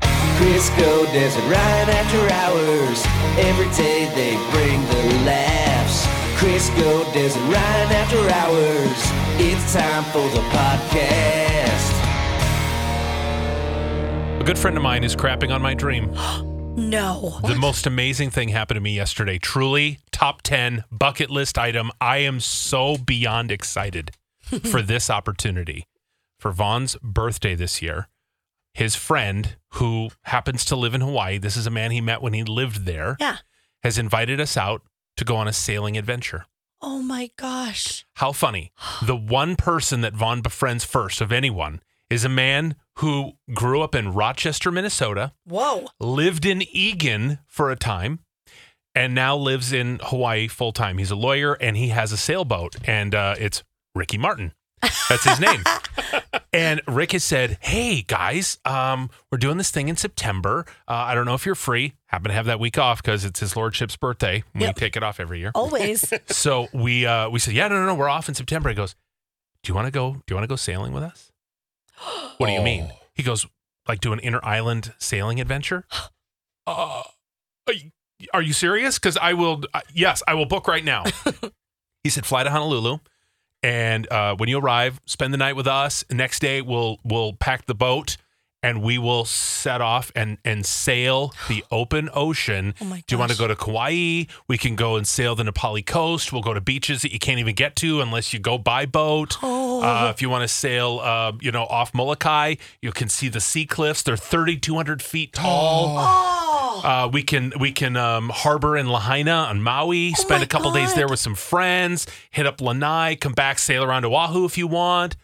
Crisco Desert Ryan after hours. Every day they bring the laughs. Crisco Desert Ryan after hours. It's time for the podcast. A good friend of mine is crapping on my dream. No. The most amazing thing happened to me yesterday. Truly, top 10 bucket list item. I am so beyond excited for this opportunity. For Vaughn's birthday this year, his friend who happens to live in Hawaii, this is a man he met when he lived there, Yeah. has invited us out to go on a sailing adventure. Oh my gosh. How funny. The one person that Vaughn befriends first of anyone is a man who grew up in Rochester, Minnesota, Whoa. lived in Egan for a time, and now lives in Hawaii full time. He's a lawyer and he has a sailboat, and uh, it's Ricky Martin. That's his name. and Rick has said, "Hey guys, um, we're doing this thing in September. Uh, I don't know if you're free. Happen to have that week off because it's his lordship's birthday. We Yep. take it off every year. Always. So we uh, we said, "Yeah, no, no, no, we're off in September." He goes, "Do you want to go? Do you want to go sailing with us?" What do you mean? He goes, "Like do an inter island sailing adventure." uh, are you- are you serious? Because I will. Uh, yes, I will book right now. he said, "Fly to Honolulu." And uh, when you arrive, spend the night with us. Next day, we'll we'll pack the boat and we will set off and and sail the open ocean. Oh my Do you want to go gosh. to Kauai? We can go and sail the Nepali coast. We'll go to beaches that you can't even get to unless you go by boat. Oh. Uh, if you want to sail, uh, you know, off Molokai, you can see the sea cliffs. They're 3,200 feet tall. oh. Uh, we can we can um, harbor in Lahaina on Maui. Oh spend my a couple days God. there with some friends. Hit up Lanai. Come back, sail around Oahu if you want.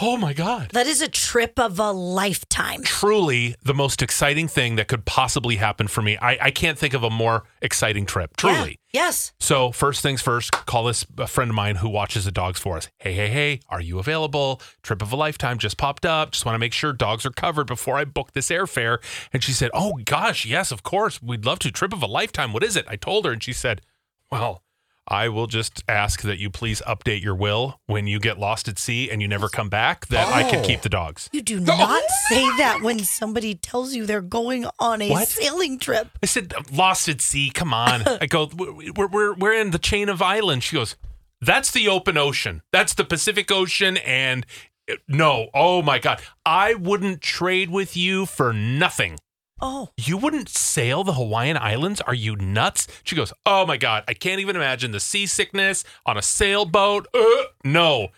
Oh my God! That is a trip of a lifetime. Truly, the most exciting thing that could possibly happen for me. I, I can't think of a more exciting trip. Truly. Yeah. Yes. So first things first, call this a friend of mine who watches the dogs for us. Hey, hey, hey, are you available? Trip of a lifetime just popped up. Just want to make sure dogs are covered before I book this airfare. And she said, "Oh gosh, yes, of course. We'd love to. Trip of a lifetime. What is it?" I told her and she said, "Well, I will just ask that you please update your will when you get lost at sea and you never come back that I could Oh. keep the dogs." You do not say that when somebody tells you they're going on a What? sailing trip. I said, "Lost at sea. Come on." I go, "We're- "We're we're we're in the chain of islands." She goes, "That's the open ocean. That's the Pacific Ocean." And uh, no, oh my god, I wouldn't trade with you for nothing. Oh. You wouldn't sail the Hawaiian Islands? Are you nuts? She goes, "Oh my god, I can't even imagine the seasickness on a sailboat." Uh, no.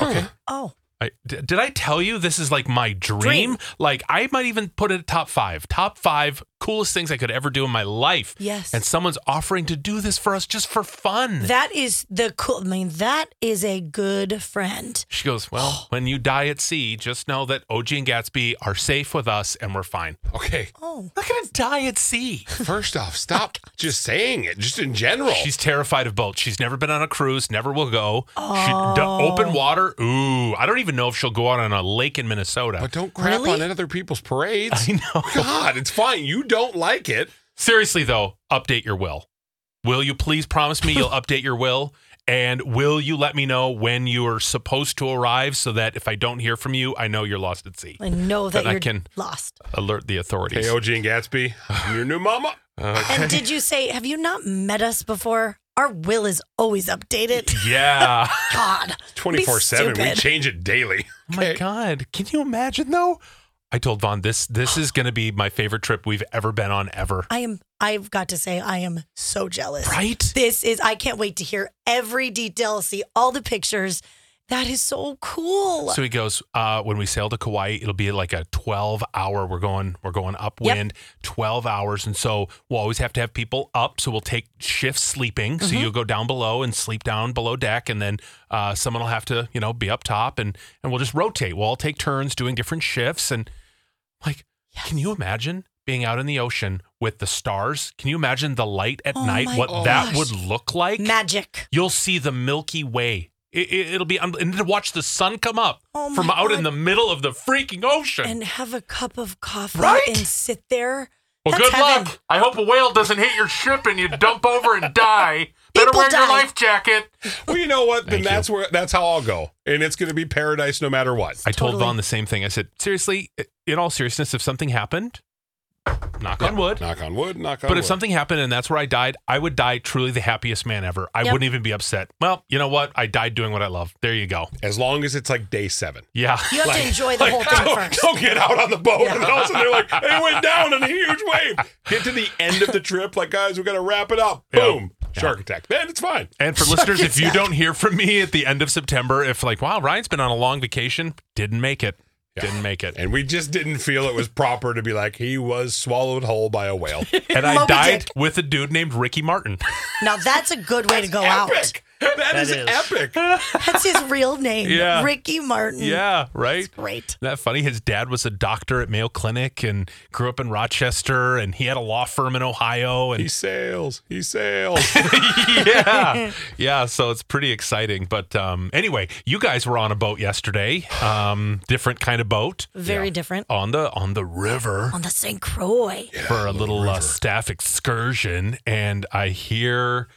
Okay. Oh. I, d- did I tell you this is like my dream? Dream. Like I might even put it top five, top five coolest things I could ever do in my life. Yes. And someone's offering to do this for us just for fun. That is the cool. I mean, that is a good friend. she goes, well, when you die at sea, just know that OG and Gatsby are safe with us and we're fine. Okay. Oh. I'm not gonna die at sea. First off, stop just saying it, just in general. She's terrified of boats. She's never been on a cruise, never will go. She, d- Oh. open water, ooh. I don't even know if she'll go out on a lake in Minnesota. but don't crap Really? on other people's parades. I know. God, it's fine. You don't like it. Seriously though, update your will. Will you please promise me you'll update your will? And will you let me know when you are supposed to arrive so that if I don't hear from you, I know you're lost at sea? I know that But I you're can- lost. Alert the authorities. Hey, OG and Gatsby, I'm your new mama. And did you say, have you not met us before? Our will is always updated. yeah. God. Twenty four seven. We stupid. change it daily. Oh my God. Can you imagine though? I told Vaughn this this is gonna be my favorite trip we've ever been on ever. I am. I've got to say, I am so jealous. Right? This is. I can't wait to hear every detail, see all the pictures. That is so cool. So he goes, uh, when we sail to Kauai, it'll be like a 12 hour. We're going, we're going upwind, 12 hours. And so we'll always have to have people up. So we'll take shifts sleeping. So Mm-hmm. you'll go down below and sleep down below deck. And then uh, someone will have to, you know, be up top and, and we'll just rotate. We'll all take turns doing different shifts. And like, Can you imagine being out in the ocean with the stars? Can you imagine the light at Oh my night? What that gosh. would look like? Magic. You'll see the Milky Way. It, will be un- and to watch the sun come up Oh my from out in God. the middle of the freaking ocean. And have a cup of coffee Right? and sit there. well, That's good heaven. luck. I hope a whale doesn't hit your ship and you dump over and die. Better People wear your die. life jacket. Well, you know what? Then Thank you. that's where that's how I'll go, and it's going to be paradise no matter what. I told Totally. Vaughn the same thing. I said, seriously, i- in all seriousness, if something happened, knock on wood, Knock on wood. Knock on but wood. if something happened and that's where I died, I would die truly the happiest man ever. I Yep. wouldn't even be upset. Well, you know what? I died doing what I love. There you go. as long as it's like day seven. Yeah. You have to enjoy the whole oh, thing don't, first. don't get out on the boat. And all of a sudden they're like, it went down in a huge wave. Get to the end of the trip. Like, guys, we got to wrap it up. Yeah. Boom. Shark attack. Man, it's fine. And for listeners, if you don't hear from me at the end of September, if like, wow, Ryan's been on a long vacation, didn't make it, didn't make it, And we just didn't feel it was proper to be like, he was swallowed whole by a whale. and I Moby died Dick. with a dude named Ricky Martin. Now that's a good way to go out. epic. that is, is. epic. That's his real name. Yeah. Ricky Martin. yeah, right. Great. Isn't that funny? His dad was a doctor at Mayo Clinic and grew up in Rochester, and he had a law firm in Ohio. He And sails. He sails. yeah, yeah. So it's pretty exciting. But um, anyway, you guys were on a boat yesterday, um, different kind of boat Very different. on the on the river On the St. Croix. for a little uh, staff excursion, and I hear.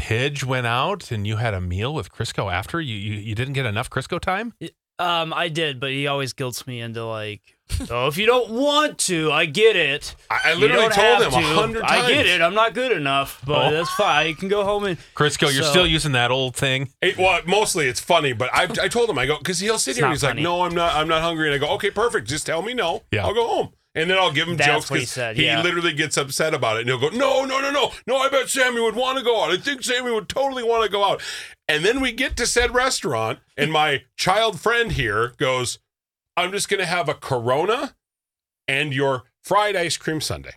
Pidge went out and you had a meal with Crisco after. You you, you didn't get enough Crisco time? Um, I did, but he always guilts me into like, oh, if you don't want to, I get it. I, I You literally don't told have him a to. hundred times. I get it. I'm not good enough, Oh. but that's fine. You can go home and Crisco, you're So- still using that old thing. It- well, mostly it's funny, but I, I told him I go because he'll sit It's here and not he's like, funny. "No, I'm not. I'm not hungry." And I go, "Okay, perfect. Just tell me no. Yeah. I'll go home." And then I'll give him That's jokes what he because said, he yeah. literally gets upset about it, and he'll go, "No, no, no, no, no. I bet Sammy would want to go out. I think Sammy would totally want to go out." And then we get to said restaurant, and my child friend here goes, "I'm just gonna have a Corona and your fried ice cream sundae."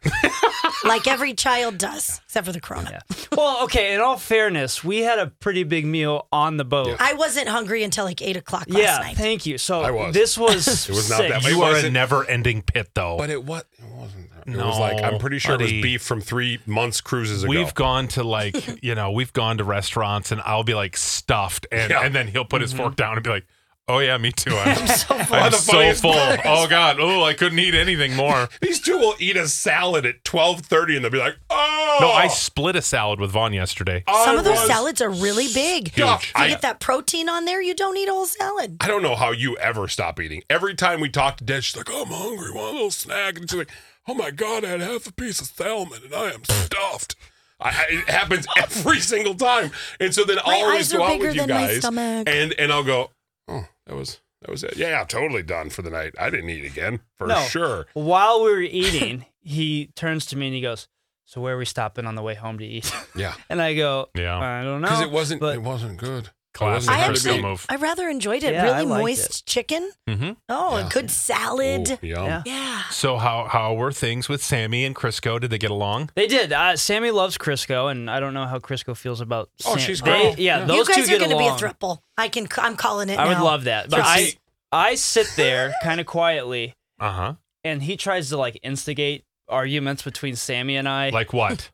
Like every child does, except for the Corona. well, okay. In all fairness, we had a pretty big meal on the boat. I wasn't hungry until like eight o'clock last Yeah, night. thank you. So I was. this was It was not sick. that way. It You are a wasn't- never-ending pit, though. but it was it wasn't. That. It was No, like I'm pretty sure it buddy. was beef from three months cruises ago. We've gone to like, you know, we've gone to restaurants and I'll be like stuffed and, Yeah. Mm-hmm. and then he'll put his fork down and be like, Oh yeah, me too. I'm so full. One I'm of the so funniest full. parts. Oh god. Oh, I couldn't eat anything more. These two will eat a salad at twelve thirty, and they'll be like, "Oh, No, I split a salad with Vaughn yesterday. Some of those was salads are really big. To stuffed." I, get that protein on there, you don't need a whole salad. I don't know how you ever stop eating. Every time we talk to Dad, she's like, "I'm hungry. Want a little snack?" And she's like, "Oh my god, I had half a piece of salmon, and I am stuffed." I, I- it happens every single time, and so then My I'll eyes always are go out bigger with you than my guys, stomach. and and I'll go, "Oh, that was." That was it. Yeah, yeah, totally done for the night. I didn't eat again for No. sure. While we were eating, he turns to me and he goes, "So where are we stopping on the way home to eat?" Yeah, And I go, Yeah. I don't know." because it wasn't. But it wasn't good. It Classic wasn't I good to actually, be- move. I rather enjoyed it. Yeah, I really liked moist chicken. Mhm. Oh, a good Mm-hmm. Ooh, salad. yum. Yeah. Yeah. So how how were things with Sammy and Crisco? Did they get along? They did. Uh, Sammy loves Crisco, and I don't know how Crisco feels about. Oh, Sam- she's They- great. yeah, those you guys two get are gonna along. be a throuple. I can. I'm calling it. I would now. love that. But But I, see- I sit there kind of quietly, Uh Uh-huh. huh. and he tries to like instigate arguments between Sammy and I. Like what?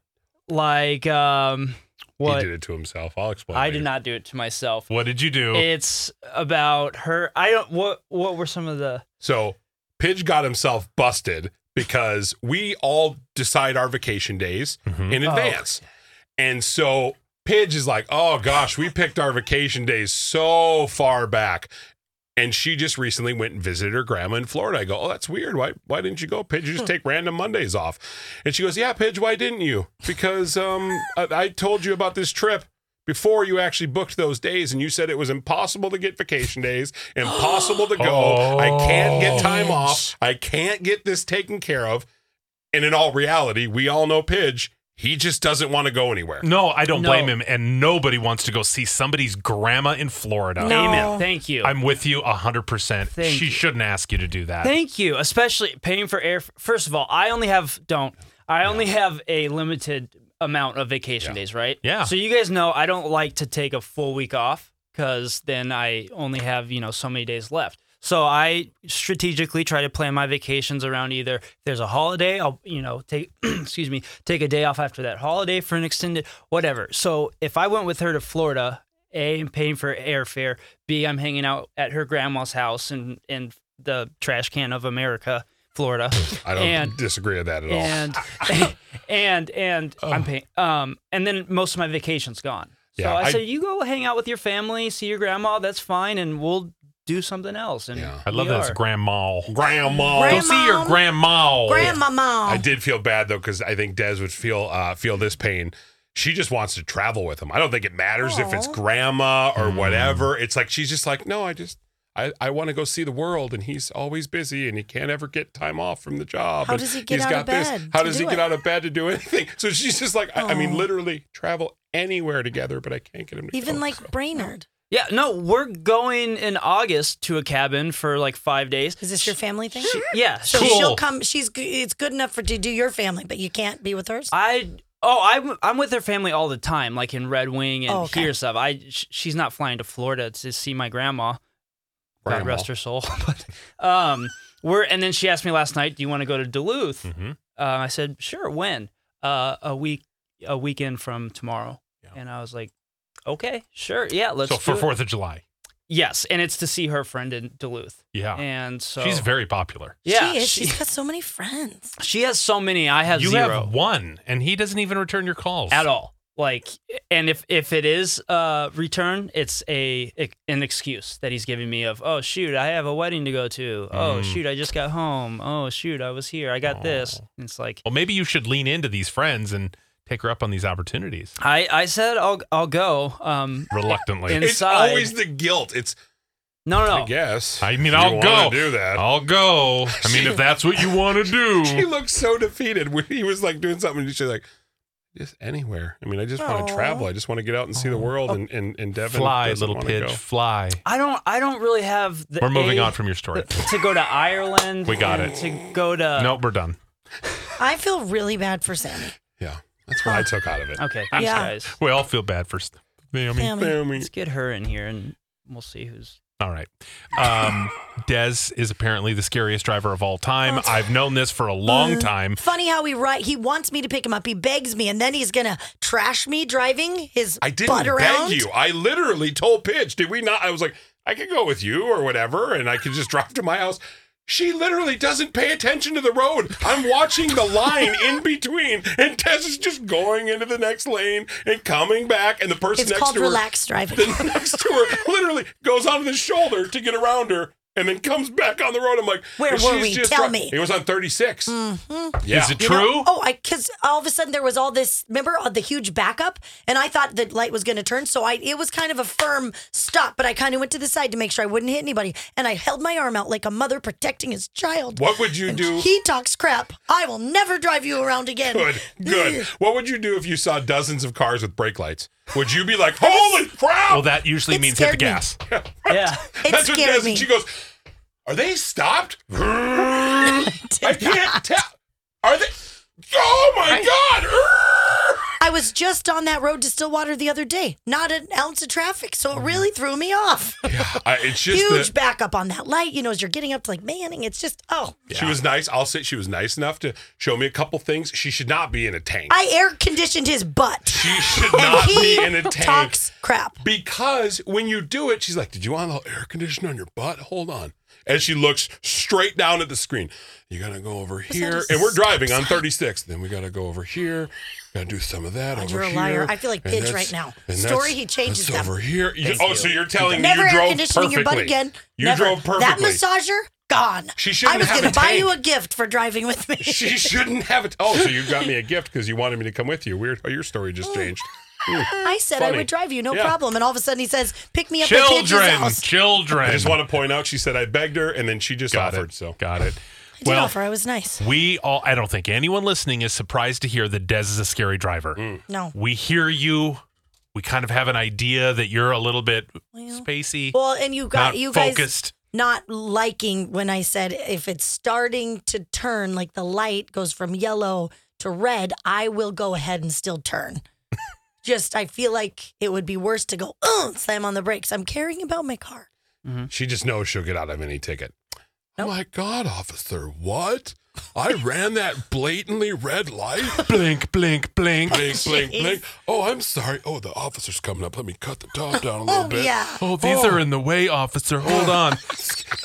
like um, He what? did it to himself. I'll explain. I later. did not do it to myself. What did you do? It's about her. I don't. What? What were some of the? So Pidge got himself busted because we all decide our vacation days in Oh. advance. And so Pidge is like, oh gosh, we picked our vacation days so far back. And she just recently went and visited her grandma in Florida. I go, oh, that's weird. Why, why didn't you go, Pidge? You just take random Mondays off. And she goes, yeah, Pidge, why didn't you? Because um, I, I told you about this trip before you actually booked those days, and you said it was impossible to get vacation days, impossible to go. I can't get time off. I can't get this taken care of. And in all reality, we all know Pidge. He just doesn't want to go anywhere. no, I don't No. blame him. And nobody wants to go see somebody's grandma in Florida. No. Oh. Amen. Thank you. I'm with you hundred percent. Thank She you. shouldn't ask you to do that. Thank you, especially paying for air. First of all, I only have don't. I only have a limited amount of vacation days, right? Yeah. So you guys know I don't like to take a full week off because then I only have you know so many days left. So I strategically try to plan my vacations around either if there's a holiday, I'll you know take excuse me take a day off after that holiday for an extended whatever. So if I went with her to Florida, a I'm paying for airfare, b I'm hanging out at her grandma's house in in the trash can of America, Florida. I don't and, disagree with that at all. and and and I'm paying. Um, and then most of my vacation's gone. So Yeah, I, I- said, you go hang out with your family, see your grandma. That's fine, and we'll do something else. And Yeah. I love we that it's are. grandma. Grandma. Go see your grandma. Grandma mom. I did feel bad though because I think Des would feel uh, feel this pain. She just wants to travel with him. I don't think it matters if it's Aw. grandma or Mm. whatever. It's like she's just like, no, I just I, I want to go see the world, and he's always busy, and he can't ever get time off from the job. How and does he get he's out got of this. bed How to does he do get it? out of bed to do anything? So she's just like, I, I mean, Aw. literally travel anywhere together, but I can't get him to Even go. like Brainerd. Yeah, no, we're going in August to a cabin for like five days. Is this your family thing? Yeah, So Cool. she'll come. She's g- it's good enough for to do your family, but you can't be with hers. I oh I'm I'm with her family all the time, like in Red Wing and Oh, okay. here stuff. I sh- she's not flying to Florida to see my grandma. Grandma. God rest her soul. but um, we're and then she asked me last night, "Do you want to go to Duluth?" Mhm. Uh, I said, "Sure." When? Uh, a week a weekend from tomorrow. And I was like, "Okay, sure, yeah, let's." so for do it." Fourth of July. yes, and it's to see her friend in Duluth, Yeah. and so Ah. She's very popular. yeah she is. she, she's got so many friends. she has so many. I have you zero. have one, and he doesn't even return your calls at all. Like, and if if it is uh return, it's a an excuse that he's giving me of oh shoot, I have a wedding to go to. Oh Mm. shoot, I just got home. Oh shoot, I was here. I got this. And it's like Well, maybe you should lean into these friends and take her up on these opportunities I I said I'll I'll go. Um, reluctantly. And- it's inside. always the guilt. It's no I no. no. guess. I mean, If you I'll wanna go. Do that. I'll go. I mean, if that's what you want to She Mm. do. looked so defeated when he was like doing something. and She's like, just anywhere. I mean, I just want to Aw. travel. I just want to get out and see the world. And and and Devin Fly, doesn't little wanna pitch, go. fly. I don't I don't really have the We're moving A on from your story. to go to Ireland. We got and it. To go to nope, we're done. I feel really bad for Sammy. Yeah, that's what I took out of it. Okay, thanks Yeah. guys. We all feel bad for Naomi. Sammy. Family. Let's get her in here and we'll see who's All right. Um, Dez is apparently the scariest driver of all time. I've known this for a Uh, long time. Mm. Funny how he right. He wants me to pick him up. He begs me, and then he's gonna trash me driving his I didn't butt beg around. you. I literally told Pitch, did we not? I was like, I could go with you or whatever, and I could just drive to my house. She literally doesn't pay attention to the road. I'm watching the line in between, and Tess is just going into the next lane and coming back, and the person It's next called to her relaxed driving. the next to her literally goes onto the shoulder to get around her and then comes back on the road. I'm like, Where and were she's we? just Tell dri- me. Hmm. It was on 36. Yeah. Is it You true? know- oh, I because all of a sudden there was all this. Remember all the huge backup, and I thought the light was going to turn, so I it was kind of a firm stop, but I kind of went to the side to make sure I wouldn't hit anybody, and I held my arm out like a mother protecting his child. What would you And do? He talks crap. I will never drive you around again. Good, good. What would you do if you saw dozens of cars with brake lights? Would you be like, holy crap? Well, that usually It means hit the scared me. gas. Yeah. It That's what scared does. me. And she goes, are they stopped? I can't tell. Are they? Oh my God. I was just on that road to Stillwater the other day. Not an ounce of traffic, so it really threw me off. I- Oh, it's just the- Huge backup on that light. You know, as you're getting up to like Manning, it's just oh. She was nice. I'll say she was nice enough to show me a couple things. She should not be in a tank. I air conditioned his butt. she should And not he be in a tank. talks crap. because when you do it, she's like, "Did you want a little air conditioner on your butt? Hold on." And she looks straight down at the screen. You gotta go over here, a and we're stop driving on 36. Then we gotta go over here. Gotta do some of that God, over you're a here. liar. I feel like and Pidge that's- right now. and Story, that's- he changes that's them. over here. You- oh, so you're telling me Never you air drove conditioning perfectly. your butt again. You Never. drove perfectly. That massager gone. She shouldn't I was have gonna a buy tank. you a gift for driving with me. she shouldn't have it. Oh, so you got me a gift because you wanted me to come with you. Weird how your story Oh. just changed. I said Funny. I would drive you, no Yeah. problem. And all of a sudden he says, "Pick me up at Pidge's Children, house." children. I just want to point out she said I begged her and then she just Got offered. it. So Got it. I did Well, offer. I was nice. we all, I don't think anyone listening is surprised to hear that Dez is a scary driver. No. We hear you. We kind of have an idea that you're a little bit spacey, Well, and you got not you guys focused. not liking when I said if it's starting to turn, like the light goes from yellow to red, I will go ahead and still turn. Just I feel like it would be worse to go "Ugh," slam on the brakes. I'm caring about my car. She just knows she'll get out of any ticket. Oh my God, officer, what? I ran that blatantly red light. Blink, blink, blink. Blink, blink, Jeez. blink. Oh, I'm sorry. Oh, the officer's coming up. Let me cut the top down a little Oh, bit. yeah. Oh, these are in the way, officer. Hold on.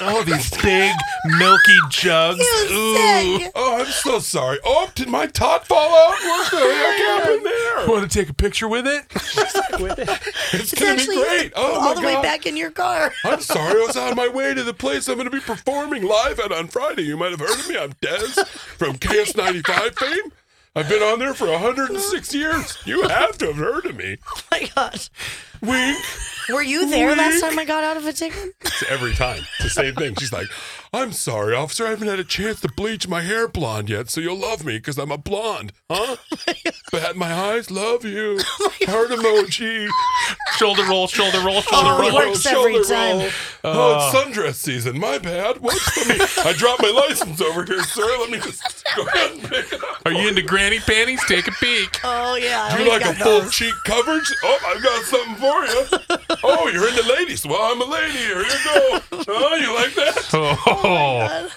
Oh, these big milky jugs. You Ooh. sick. Oh, I'm so sorry. Oh, did my tot fall out? What the heck happened there? Want to take a picture with it? It's, It's gonna actually be great. Oh all my the God. way back in your car. I'm sorry. I was on my way to the place I'm going to be performing live at on Friday. You might have heard of me. I'm Dez from KS95 fame. I've been on there for 106 years. You have to have heard of me. Oh my gosh. Wink. Were you there last time I got out of a ticket? It's every time. It's the same thing. She's like, I'm sorry, officer. I haven't had a chance to bleach my hair blonde yet, so you'll love me because I'm a blonde, huh? Bat my eyes, love you. Heart emoji. Shoulder roll, shoulder roll, shoulder Oh, it roll. works every shoulder time. roll. Oh, it's sundress season. My bad. Whoops. Let me, I dropped my license over here, sir. Let me just go ahead and pick it up. Are you into granny panties? Take a peek. Oh yeah. I You always like a got full those. cheek coverage? Oh, I've got something for you. Oh, you're into ladies. Well, I'm a lady. Here you go. Oh, you like that? Oh,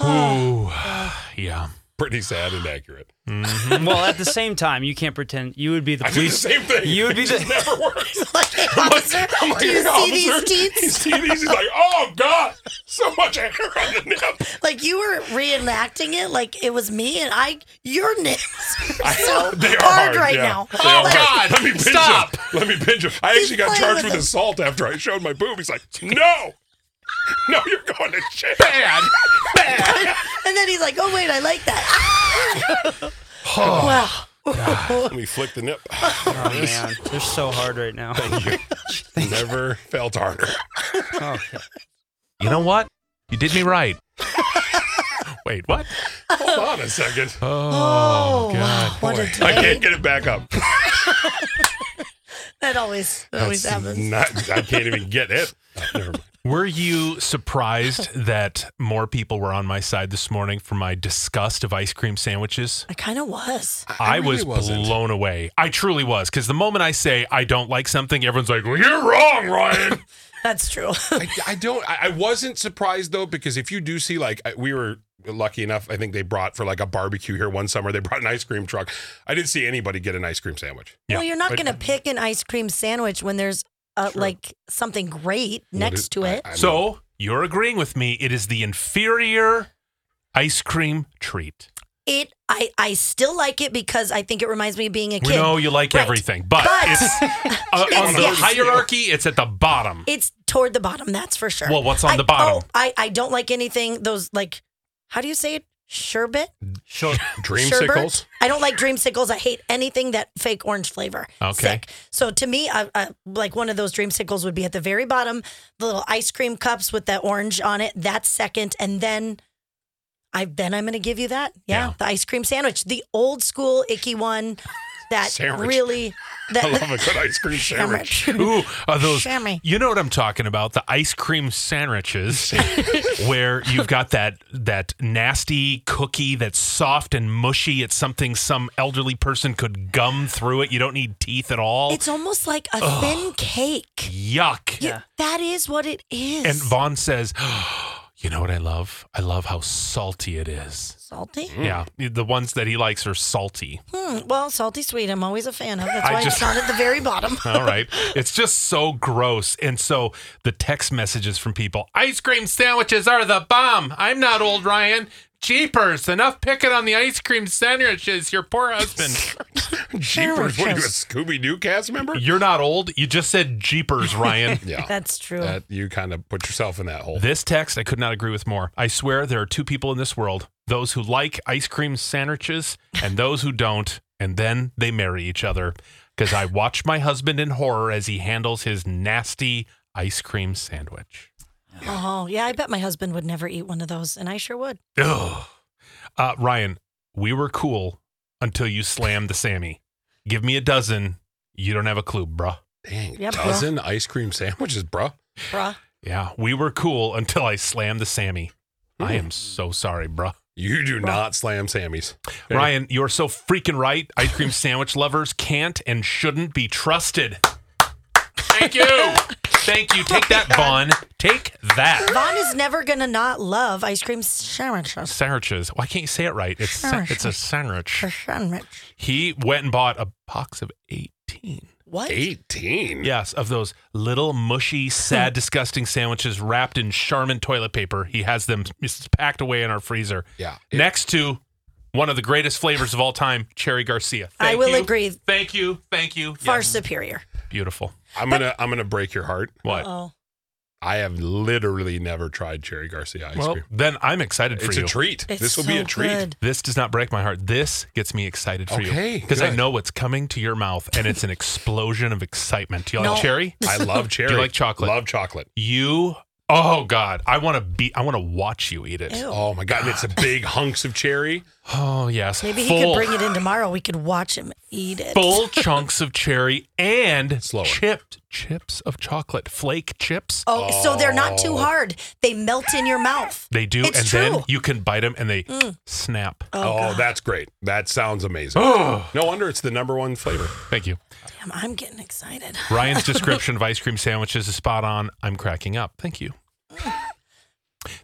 Ooh. yeah. Pretty sad and accurate. well, at the same time, you can't pretend you would be the I do the police. same thing. You would be It the- just never works. Like, I'm like- officer, I'm like, do you see "Hey, officer, these You teeth? see these? He's like, oh god, so much hair on the nip. Like you were reenacting it, like it was me and I. Your nips are so they are hard hard right yeah. now. They Oh, are God, hard. Let me pinch stop. Him. Let me pinch him. I actually got playing charged with with him. assault after I showed my boob. He's like, no, no, you're going to jail. Bad. Bad. And then he's like, "Oh wait, I like that." Oh, wow. Let me flick the nip. Oh man, they're so hard right now. Never felt harder. You know what? You did me right. Wait, what? Hold on a second. Oh, wow. God. What a Boy, day. I can't get it back up. That always that always That's happens. not- I can't even get it. Never mind. Were you surprised that more people were on my side this morning for my disgust of ice cream sandwiches? I kind of was. I, really was wasn't. blown away. I truly was, because the moment I say I don't like something, everyone's like, well, "You're wrong, Ryan." That's true. I, I don't. I, I wasn't surprised though because if you do see like I- we were lucky enough, I think they brought for like a barbecue here one summer. They brought an ice cream truck. I didn't see anybody get an ice cream sandwich. Yeah. Well, you're not But- going to pick an ice cream sandwich when there's uh, like something great next to it. I- I mean, so you're agreeing with me? It is the inferior ice cream treat. it, I, I still like it because I think it reminds me of being a kid. We know you like Right. everything, but, But- it's uh, on It's- the yes. hierarchy, it's at the bottom. It's toward the bottom, that's for sure. Well, what's on I- the bottom? Oh, I, I don't like anything, those like, how do you say it? Sherbet? Sure. dream Sherbert? I don't like dreamsicles. I hate anything that fake orange flavor. Okay. Sick. So to me, I, I, like one of those dreamsicles would be at the very bottom, the little ice cream cups with that orange on it. That's second, and then I then I'm gonna give you that. Yeah, Yeah. the ice cream sandwich, the old school icky one. That Sandwich. really that I love a good ice cream sandwich. Ooh, are those? Chamois. You know what I'm talking about? The ice cream sandwiches, where you've got that that nasty cookie that's soft and mushy. It's something some elderly person could gum through it. You don't need teeth at all. It's almost like a thin cake. Yuck. You- that is what it is. And Vaughn says, "You know what I love? I love how salty it is." salty. Yeah, the ones that he likes are salty. Hmm. Well, salty sweet. I'm always a fan of. That's I why just- it's not at the very bottom. All right. It's just so gross. And so the text messages from people ice cream sandwiches are the bomb. I'm not old Ryan. Jeepers, enough picking on the ice cream sandwiches. Your poor husband. Jeepers, what are you, a Scooby Doo cast member? You're not old. You just said Jeepers, Ryan. Yeah, That's true. that you kind of put yourself in that hole. This text, I could not agree with more. I swear there are two people in this world those who like ice cream sandwiches and those who don't. And then they marry each other. Because I watch my husband in horror as he handles his nasty ice cream sandwich. Oh, yeah. I bet my husband would never eat one of those, and I sure would. Ugh. Uh, Ryan, we were cool until you slammed the Sammy. Give me a dozen. You don't have a clue, bruh. Dang, Yep, bruh. dozen ice cream sandwiches, bruh. Bruh. Yeah, we were cool until I slammed the Sammy. I am so sorry, bruh. You do not slam Sammy's. Okay? Ryan, you're so freaking right. Ice cream sandwich lovers can't and shouldn't be trusted. Thank you. Thank you. Take that, Vaughn. Take that. Vaughn is never gonna not love ice cream sandwiches. Sandwiches. Why can't you say it right? It's sa- it's a sandwich. Sandwich. He went and bought a box of 18. What? 18. Yes, of those little mushy, sad, Hmm. disgusting sandwiches wrapped in Charmin toilet paper. He has them just packed away in our freezer. Yeah. Next to one of the greatest flavors of all time, Cherry Garcia. I Thank will you. agree. Thank you. Thank you. Far Yes. superior. Beautiful. I'm going to I'm going to break your heart. What? Oh. I have literally never tried cherry Garcia ice well, cream. then I'm excited for It's you. a treat. It's this will so be a treat. Good. This does not break my heart. This gets me excited for you. Okay, Because I good. know what's coming to your mouth and it's an explosion of excitement. Do you like No. cherry? I love cherry. Do you like chocolate? Love chocolate. You oh god. I wanna be I wanna watch you eat it. Ew. Oh my god, and it's a Ah. big hunks of cherry. Oh yes. Maybe he Full- could bring it in tomorrow. We could watch him eat it. full chunks of cherry and Slower. chipped chips of chocolate flake chips. Oh, so they're not too hard. They melt in your mouth. They do, It's and true. Mm. then you can bite them and they snap. Oh, that's great. That sounds amazing. No wonder it's the number one flavor. Thank you. Damn, I'm getting excited. Ryan's description of ice cream sandwiches is spot on. I'm cracking up. Thank you. Mm.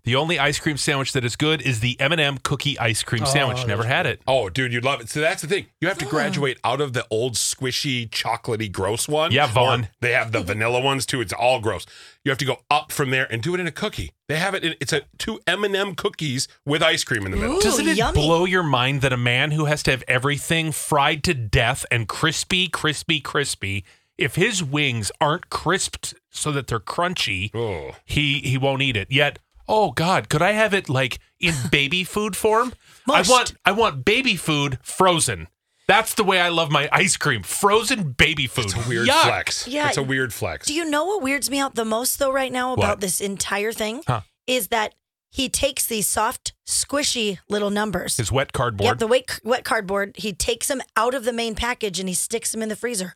The only ice cream sandwich that is good is the M&M cookie ice cream sandwich. Never had it. Oh, dude, you'd love it. So that's the thing. You have Ah. to graduate out of the old squishy, chocolatey, gross one. Yeah, Vaughn. Or They have the vanilla ones too. It's all gross. You have to go up from there and do it in a cookie. They have it. In, it's a two M and M cookies with ice cream in the middle. Ooh, Doesn't it yummy. blow your mind that a man who has to have everything fried to death and crispy, crispy, crispy, if his wings aren't crisped so that they're crunchy, Oh. he he won't eat it. Yet, oh God, could I have it like in baby food form? I Mushed. want I want baby food frozen. That's the way I love my ice cream. Frozen baby food. It's a weird Yuck. flex. Yeah. It's a weird flex. Do you know what weirds me out the most though right now about What? this entire thing? Huh. Is that he takes these soft, squishy little numbers. His wet Yeah, cardboard. the wet, wet cardboard. He takes them out of the main package and he sticks them in the freezer.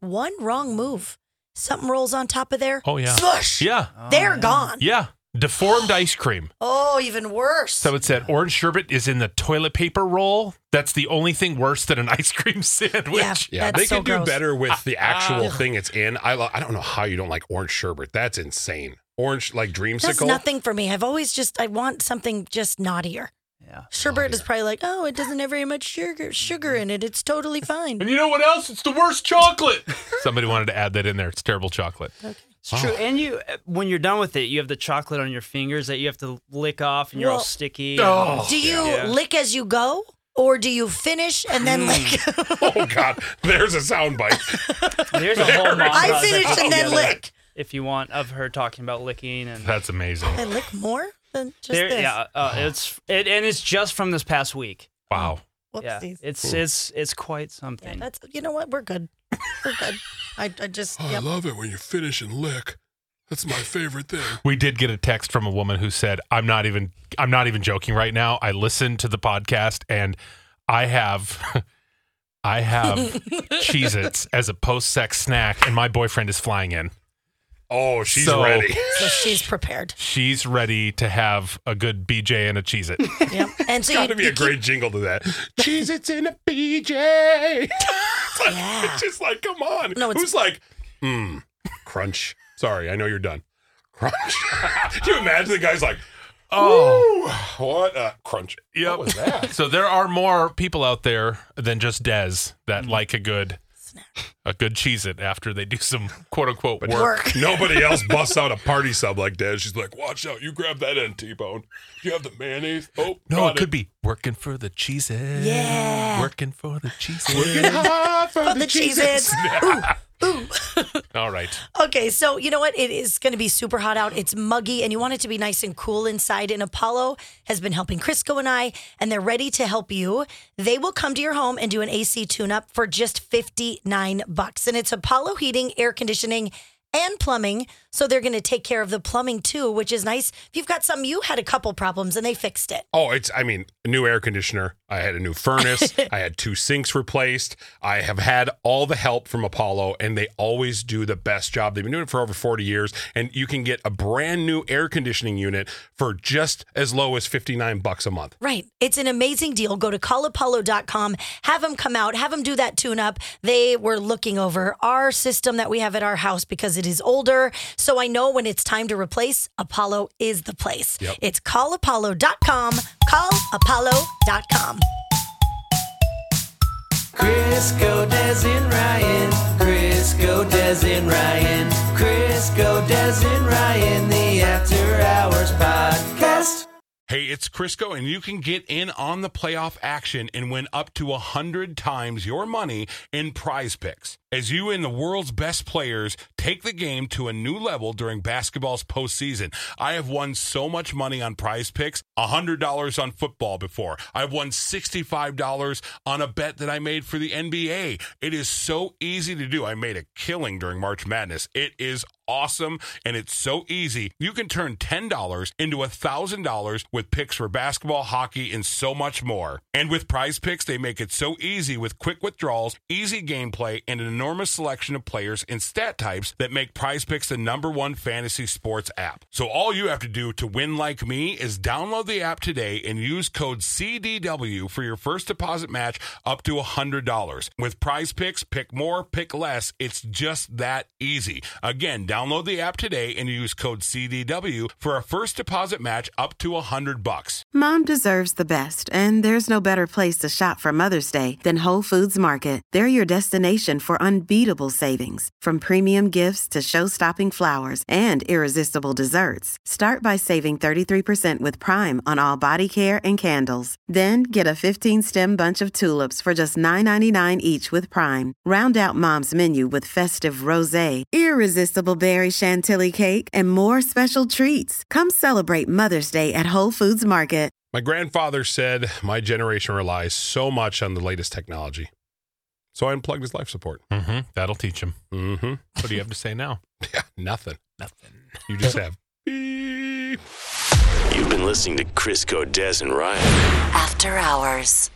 One wrong move, something rolls on top of there. Oh, yeah. swoosh. yeah. they're gone. Yeah. Deformed ice cream. Oh, even worse. So it said orange sherbet is in the toilet paper roll. That's the only thing worse than an ice cream sandwich. Yeah, That's they so could gross. Ah, do better with the actual thing it's in. I lo- I don't know how you don't like orange sherbet. That's insane. Orange like That's dreamsicle. nothing for me. I've always just I want something just naughtier. Yeah. Sherbet is probably like, oh, it doesn't have very much sugar sugar in it. It's totally fine. And you know what else? It's the worst chocolate. Somebody wanted to add that in there. It's terrible chocolate. It's true. And you, uh, when you're done with it, you have the chocolate on your fingers that you have to lick off, and you're all Well- sticky. Oh. Do you Yeah. lick as you go, or do you finish and then lick? oh god, there's a sound bite. There's a whole montage. I that finish goes and then together, lick. If you want, of her talking about licking and That's amazing. I lick more than just there, this. yeah, uh, it's it, and it's just from this past week. Wow. Yeah, Whoopsies. Yeah, it's it's it's quite something. that's you know what? We're good. We're good. I, I just yep. Oh, love it when you finish and lick. That's my favorite thing. We did get a text from a woman who said, "I'm not even I'm not even joking right now. I listened to the podcast and I have I have Cheez-Its as a post-sex snack and my boyfriend is flying in. Oh, she's So- ready. so she's prepared. She's ready to have a good BJ and a Cheez-It." Yep. And so you, Gotta be you a great jingle to that. Cheese, it's in a BJ. it's, like, Yeah. it's just like, come on. No, it's- Who's like, mmm, crunch. Sorry, I know you're done. Crunch. Can you imagine the guy's like, oh, what a crunch. Yep. What was that? So there are more people out there than just Dez that like a good a good cheese it after they do some quote unquote work. keep work. Nobody else busts out a party sub like that. She's like, watch out, you grab that end, T-Bone. Do you have the mayonnaise? Oh, No, got it could be working for the cheese it. Yeah. Working for the cheese Working hard for Put the cheese in. Ooh, ooh. All right. Okay, so you know what? It is going to be super hot out. It's muggy, and you want it to be nice and cool inside. And Apollo has been helping Crisco and I, and they're ready to help you. They will come to your home and do an AC tune-up for just fifty-nine bucks, and it's Apollo Heating, Air Conditioning. And plumbing. So they're going to take care of the plumbing too, which is nice. If you've got some, you had a couple problems and they fixed it. Oh, it's, I mean, a new air conditioner. I had a new furnace. I had two sinks replaced. I have had all the help from Apollo, and they always do the best job. They've been doing it for over 40 years, and you can get a brand new air conditioning unit for just as low as 59 bucks a month. Right. It's an amazing deal. Go to callapollo.com, have them come out, have them do that tune up. They were looking over our system that we have at our house because it is older. So I know when it's time to replace, Apollo is the place. Yep. It's callapollo.com, callapollo.com. Crisco doesn't Ryan. Crisco doesn't Ryan. Crisco doesn't Ryan. The After Hours Podcast. Hey, it's Crisco, and you can get in on the playoff action and win up to 100 times your money in prize picks. As you and the world's best players take the game to a new level during basketball's postseason, I have won so much money on prize picks $100 on football before. I've won $65 on a bet that I made for the NBA. It is so easy to do. I made a killing during March Madness. It is awesome and it's so easy. You can turn $10 into $1,000 with picks for basketball, hockey, and so much more. And with prize picks, they make it so easy with quick withdrawals, easy gameplay, and an enormous selection of players and stat types that make prize picks the number one fantasy sports app. So all you have to do to win like me is download the app today and use code CDW for your first deposit match up to $100. With prize picks, pick more, pick less. It's just that easy. Again, download the app today and use code CDW for a first deposit match up to 100 bucks. Mom deserves the best, and there's no better place to shop for Mother's Day than Whole Foods Market. They're your destination for unbeatable savings, from premium gifts to show-stopping flowers and irresistible desserts. Start by saving 33% with Prime on all body care and candles. Then get a 15-stem bunch of tulips for just $9.99 each with Prime. Round out Mom's menu with festive rosé, irresistible berry chantilly cake, and more special treats. Come celebrate Mother's Day at Whole Foods Market. My grandfather said, My generation relies so much on the latest technology. So I unplugged his life support. Mm-hmm. That'll teach him. Mm hmm. What do you have to say now? Yeah, nothing. Nothing. You just have. beep. You've been listening to Chris Godez and Ryan. After Hours.